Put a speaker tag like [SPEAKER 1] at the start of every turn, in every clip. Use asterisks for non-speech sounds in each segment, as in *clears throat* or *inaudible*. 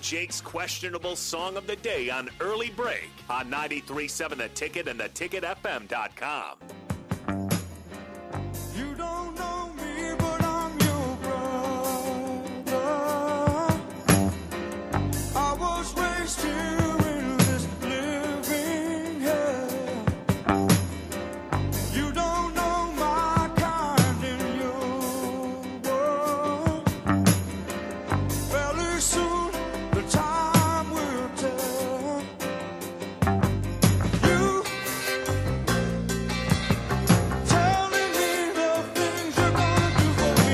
[SPEAKER 1] Jake's questionable song of the day on Early Break on 93.7 The Ticket and theticketfm.com.
[SPEAKER 2] You don't know me, but I'm your brother. I was raised here in this living hell. You don't know my kind in your world. Fairly soon, the time will tell. You telling me the things you're gonna do for me.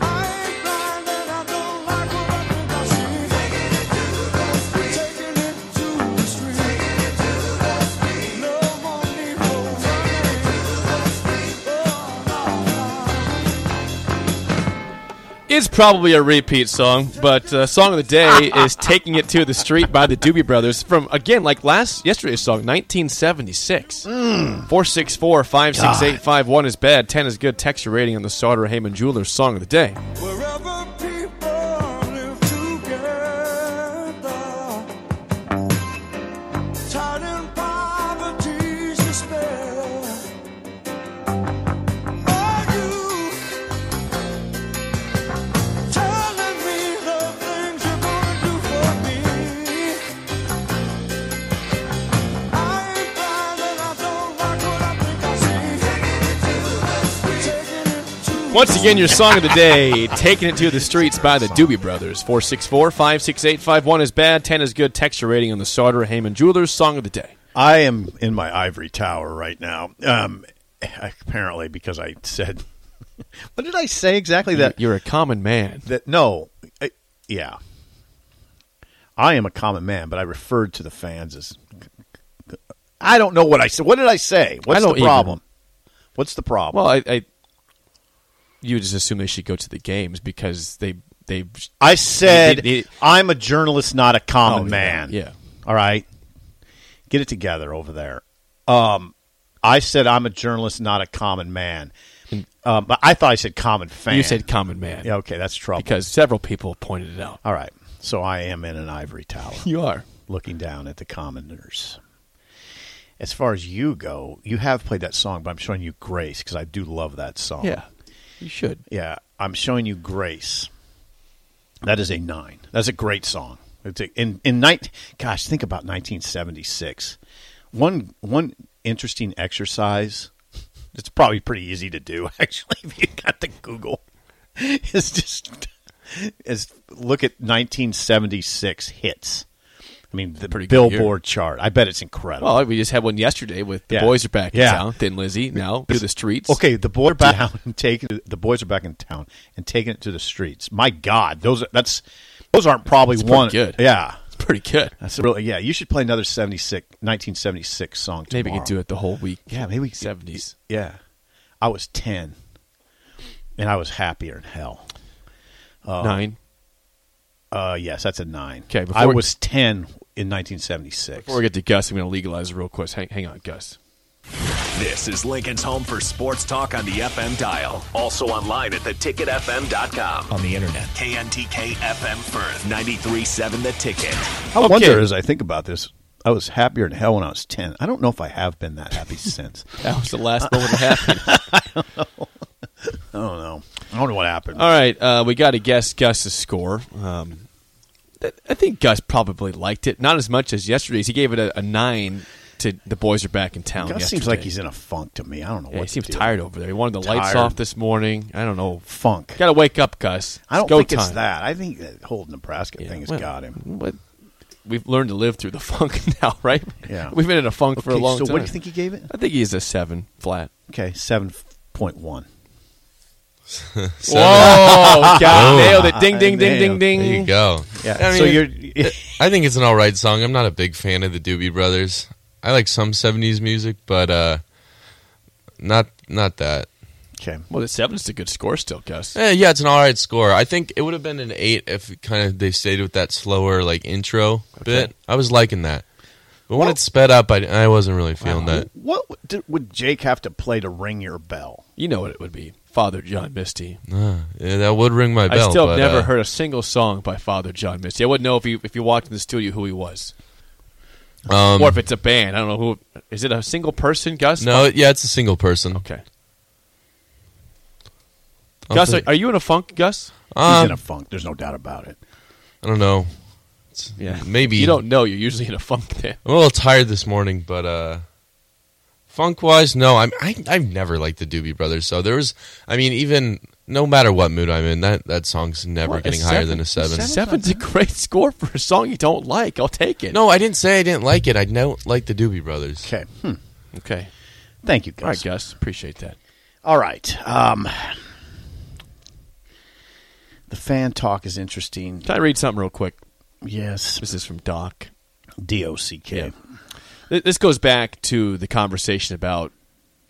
[SPEAKER 2] I ain't blind and I don't like what I think I see. Taking it to the street, taking it to the street, taking it to the street. No more need for running to the street. Oh no.
[SPEAKER 3] It's probably a repeat song, but uh, song of the day is "Taking It to the Street" by the Doobie Brothers from again like last yesterday's song, 1976. Four six four five six eight five one is bad. Ten is good. Texture rating on the Sauter Heyman Jewelers song of the day.
[SPEAKER 2] Wherever people live together, tied in poverty's despair. Are you telling me the things you're gonna do for me? I ain't blind and I don't like what I think I see. Taking it to the street. Taking it to
[SPEAKER 3] Once again, your song of the day, "Taking It to the Streets" by the Doobie Brothers. Four six four five six eight five one is bad. Ten is good. Texture rating on the Sauter Heyman Jewelers song of the day.
[SPEAKER 4] I am in my ivory tower right now. Um, apparently, because I said, *laughs* what did I say exactly? That
[SPEAKER 3] You're a common man.
[SPEAKER 4] that no, I, yeah. I am a common man, but I referred to the fans as. I don't know what I said. What did I say? What's
[SPEAKER 3] don't
[SPEAKER 4] the problem? What's the problem?
[SPEAKER 3] Well, I, I you would just assume they should go to the games because they they
[SPEAKER 4] I said
[SPEAKER 3] It- it- it-
[SPEAKER 4] I'm a journalist, not a common
[SPEAKER 3] Oh, yeah,
[SPEAKER 4] man.
[SPEAKER 3] yeah.
[SPEAKER 4] All right. Get it together over there. Um, I said I'm a journalist, not a common man. Um, but I thought I said common fan.
[SPEAKER 3] Hmm. you said common man
[SPEAKER 4] Yeah, okay, that's trouble.
[SPEAKER 3] because several people pointed it out.
[SPEAKER 4] All right. So I am in an
[SPEAKER 3] *laughs*
[SPEAKER 4] ivory tower
[SPEAKER 3] You are.
[SPEAKER 4] looking down at the commoners. As far as you go, you have played that song, but I'm showing you Grace because I do love that song.
[SPEAKER 3] Yeah. You should.
[SPEAKER 4] Yeah, I'm showing you Grace. That is a nine. That's a great song. It's a, in in night. Gosh, think about 1976. One one interesting exercise. It's probably pretty easy to do *laughs* actually if you got to Google. *laughs* Is just is look at 1976 hits. I mean the
[SPEAKER 3] Pretty good
[SPEAKER 4] Billboard chart. I bet it's incredible.
[SPEAKER 3] Well, we just had one yesterday with the
[SPEAKER 4] Yeah.
[SPEAKER 3] boys are back in
[SPEAKER 4] Yeah.
[SPEAKER 3] town. Thin Lizzy now through the streets.
[SPEAKER 4] Okay, the boys are back down and taking the boys are back in town and taking it to the streets. My God, those are, that's those aren't probably
[SPEAKER 3] That's pretty
[SPEAKER 4] one.
[SPEAKER 3] good.
[SPEAKER 4] Yeah,
[SPEAKER 3] it's pretty good.
[SPEAKER 4] that's really yeah. You should play another 76, 1976 song. Tomorrow.
[SPEAKER 3] Maybe we could do it the whole week.
[SPEAKER 4] Yeah, maybe we could-
[SPEAKER 3] seventies.
[SPEAKER 4] Yeah, I was ten, and I was happier in hell. Oh.
[SPEAKER 3] Nine.
[SPEAKER 4] Uh, yes, that's a nine.
[SPEAKER 3] Okay, before-
[SPEAKER 4] I was ten in nineteen seventy six.
[SPEAKER 3] Before we get to Gus, I'm going to legalize it real quick. Hang, hang on, Gus.
[SPEAKER 1] This is Lincoln's home for sports talk on the FM dial. Also online at theticketfm.com. On the internet. KNTK FM Firth, 93.7 The Ticket.
[SPEAKER 4] I
[SPEAKER 3] Okay.
[SPEAKER 4] wonder as I think about this. I was happier in hell when I was ten. I don't know if I have been that happy *laughs* since.
[SPEAKER 3] That was the last moment that happened.
[SPEAKER 4] I don't know. I don't know what happened.
[SPEAKER 3] All right, uh, we got to guess Gus's score. Um, th- I think Gus probably liked it, not as much as yesterday's. He gave it a, a nine to the boys are back in town.
[SPEAKER 4] Gus seems
[SPEAKER 3] yesterday.
[SPEAKER 4] like he's in a funk to me. I don't know
[SPEAKER 3] Yeah,
[SPEAKER 4] what
[SPEAKER 3] he
[SPEAKER 4] the
[SPEAKER 3] seems
[SPEAKER 4] deal.
[SPEAKER 3] tired over there. He wanted the lights
[SPEAKER 4] Tired.
[SPEAKER 3] off this morning. I don't know.
[SPEAKER 4] Funk.
[SPEAKER 3] Got to wake up, Gus.
[SPEAKER 4] I don't
[SPEAKER 3] it's go
[SPEAKER 4] think
[SPEAKER 3] time.
[SPEAKER 4] it's that. I think that whole Nebraska
[SPEAKER 3] Yeah,
[SPEAKER 4] thing has
[SPEAKER 3] well,
[SPEAKER 4] got him.
[SPEAKER 3] What? We've learned to live through the *laughs* funk now, right?
[SPEAKER 4] Yeah.
[SPEAKER 3] we've been in a funk for a
[SPEAKER 4] Okay,
[SPEAKER 3] long
[SPEAKER 4] so
[SPEAKER 3] time.
[SPEAKER 4] what do you think he gave it?
[SPEAKER 3] I think he's a seven flat.
[SPEAKER 4] Okay, seven point one.
[SPEAKER 3] Whoa, God, nailed
[SPEAKER 4] *laughs*
[SPEAKER 3] it! Ding, ding,
[SPEAKER 4] Nailed.
[SPEAKER 3] ding, ding, ding.
[SPEAKER 5] There you go.
[SPEAKER 4] Yeah.
[SPEAKER 5] I mean,
[SPEAKER 4] so you're
[SPEAKER 5] I think it's an all right song. I'm not a big fan of the Doobie Brothers. I like some 70s music, but uh, not not that.
[SPEAKER 4] okay.
[SPEAKER 3] Well, the seven is a good score still, Gus.
[SPEAKER 5] Eh, yeah, it's an all right score. I think it would have been an eight if kind of they stayed with that slower like intro bit. I was liking that, but when it sped up, I, I wasn't really feeling that.
[SPEAKER 4] What would- did, would Jake have to play to ring your bell?
[SPEAKER 3] You know what it would be. Father John Misty.
[SPEAKER 5] Uh, yeah, that would ring my bell.
[SPEAKER 3] I still
[SPEAKER 5] but,
[SPEAKER 3] have never
[SPEAKER 5] uh,
[SPEAKER 3] heard a single song by Father John Misty. I wouldn't know if he if you walked in the studio who he was,
[SPEAKER 5] Um,
[SPEAKER 3] or if it's a band. I don't know who. Is it a single person, Gus?
[SPEAKER 5] no, yeah, it's a single person.
[SPEAKER 3] Okay.
[SPEAKER 5] I'll
[SPEAKER 3] Gus, are,
[SPEAKER 5] think-
[SPEAKER 3] are you in a funk, Gus?
[SPEAKER 4] He's
[SPEAKER 5] Um,
[SPEAKER 4] in a funk. There's no doubt about it.
[SPEAKER 5] I don't know. It's-
[SPEAKER 3] *laughs*
[SPEAKER 5] maybe
[SPEAKER 3] You don't know. You're usually in a funk then.
[SPEAKER 5] I'm a little tired this morning, but uh, funk wise, no. I'm I, I've never liked the Doobie Brothers, so there was. I mean, even no matter what mood I'm in, that that song's never
[SPEAKER 3] What, a
[SPEAKER 5] getting higher
[SPEAKER 3] seven?
[SPEAKER 5] than a seven.
[SPEAKER 3] Seven's a *laughs* great score for a song you don't like. I'll take it.
[SPEAKER 5] No, I didn't say I didn't like it. I don't like the Doobie Brothers.
[SPEAKER 4] Okay. Hmm.
[SPEAKER 3] Okay.
[SPEAKER 4] Thank you,
[SPEAKER 3] All right,
[SPEAKER 4] guys.
[SPEAKER 3] Gus. Appreciate that.
[SPEAKER 4] All right. Um, the fan talk is interesting.
[SPEAKER 3] Can I read something real quick?
[SPEAKER 4] Yes.
[SPEAKER 3] This is from Doc.
[SPEAKER 4] D O C K.
[SPEAKER 3] Th- This goes back to the conversation about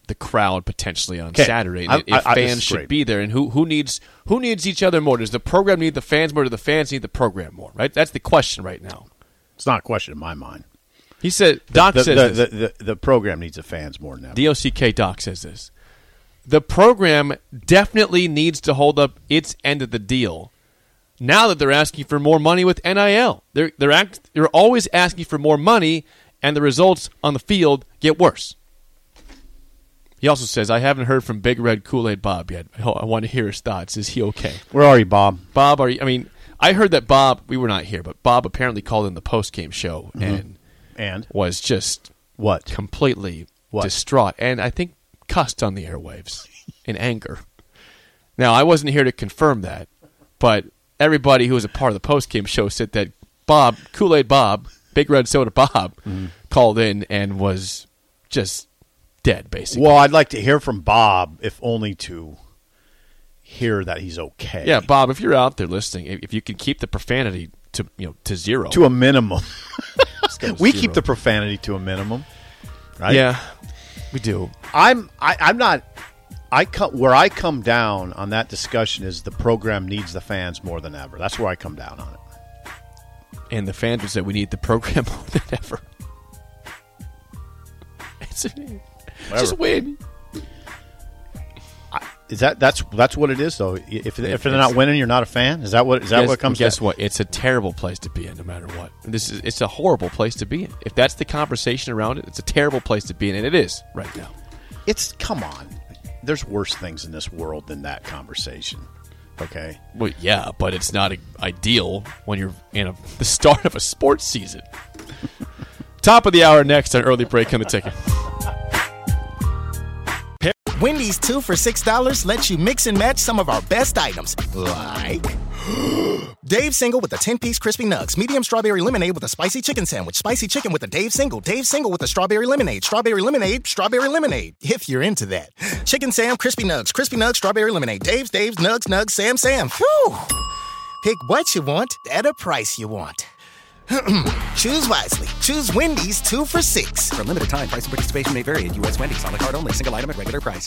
[SPEAKER 3] the crowd potentially on
[SPEAKER 4] Okay.
[SPEAKER 3] Saturday. and
[SPEAKER 4] I-
[SPEAKER 3] if
[SPEAKER 4] I- I- this
[SPEAKER 3] fans
[SPEAKER 4] is
[SPEAKER 3] should
[SPEAKER 4] great.
[SPEAKER 3] be there, and who who needs who needs each other more? Does the program need the fans more? Do the fans need the program more? Right. That's the question right now.
[SPEAKER 4] It's not a question in my mind.
[SPEAKER 3] He said. Doc
[SPEAKER 4] The,
[SPEAKER 3] says
[SPEAKER 4] the,
[SPEAKER 3] this.
[SPEAKER 4] the, the, the program needs the fans more than ever.
[SPEAKER 3] DOCK Doc says this. The program definitely needs to hold up its end of the deal. Now that they're asking for more money with NIL, they're they're act, they're always asking for more money, and the results on the field get worse. He also says, "I haven't heard from Big Red Kool Aid Bob yet. I ho- I want to hear his thoughts. Is he okay,
[SPEAKER 4] Where are you, Bob?
[SPEAKER 3] Bob? Are you? I mean, I heard that Bob. We were not here, but Bob apparently called in the post game show and
[SPEAKER 4] And
[SPEAKER 3] was just
[SPEAKER 4] what?
[SPEAKER 3] completely
[SPEAKER 4] What?
[SPEAKER 3] distraught and I think cussed on the airwaves in anger. Now, I wasn't here to confirm that, but everybody who was a part of the post game show said that Bob, Kool Aid Bob, Big Red Soda Bob,
[SPEAKER 4] Mm-hmm.
[SPEAKER 3] called in and was just dead, basically.
[SPEAKER 4] Well, I'd like to hear from Bob, if only to hear that he's okay.
[SPEAKER 3] yeah, Bob, if you're out there listening, if, if you can keep the profanity to you know to zero,
[SPEAKER 4] to a
[SPEAKER 3] *laughs*
[SPEAKER 4] minimum.
[SPEAKER 3] Let's go to
[SPEAKER 4] we
[SPEAKER 3] zero.
[SPEAKER 4] keep the profanity to a minimum. Right?
[SPEAKER 3] yeah, we do.
[SPEAKER 4] I'm I, I'm not I come where I come down on that discussion is the program needs the fans more than ever. That's where I come down on it.
[SPEAKER 3] and the fans would say we need the program *laughs* more than ever. It's
[SPEAKER 4] Whatever.
[SPEAKER 3] just win.
[SPEAKER 4] Is that that's that's what it is though? If if they're not winning, you're not a fan. Is that what is that
[SPEAKER 3] Guess-
[SPEAKER 4] what comes?
[SPEAKER 3] Guess
[SPEAKER 4] down-
[SPEAKER 3] what? It's a terrible place to be in, no matter what. This is it's a horrible place to be in. If that's the conversation around it, it's a terrible place to be in, and it is right now.
[SPEAKER 4] It's come on. There's worse things in this world than that conversation. Okay.
[SPEAKER 3] Well, yeah, but it's not i- ideal when you're in a, the start of a sports season. *laughs* Top of the hour next on early break on the ticket.
[SPEAKER 6] Wendy's two for $6 lets you mix and match some of our best items, like *gasps* Dave Single with a 10 piece crispy nugs, medium strawberry lemonade with a spicy chicken sandwich, spicy chicken with a Dave Single, Dave Single with a strawberry lemonade, strawberry lemonade, strawberry lemonade, if you're into that. Chicken Sam, crispy nugs, crispy nugs, strawberry lemonade, Dave's, Dave's, nugs, nugs, Sam, Sam. Whew! Pick what you want at a price you want. *clears throat* Choose wisely. Choose Wendy's two for six.
[SPEAKER 7] For limited time, price and participation may vary at U.S. Wendy's on the card only, single item at regular price.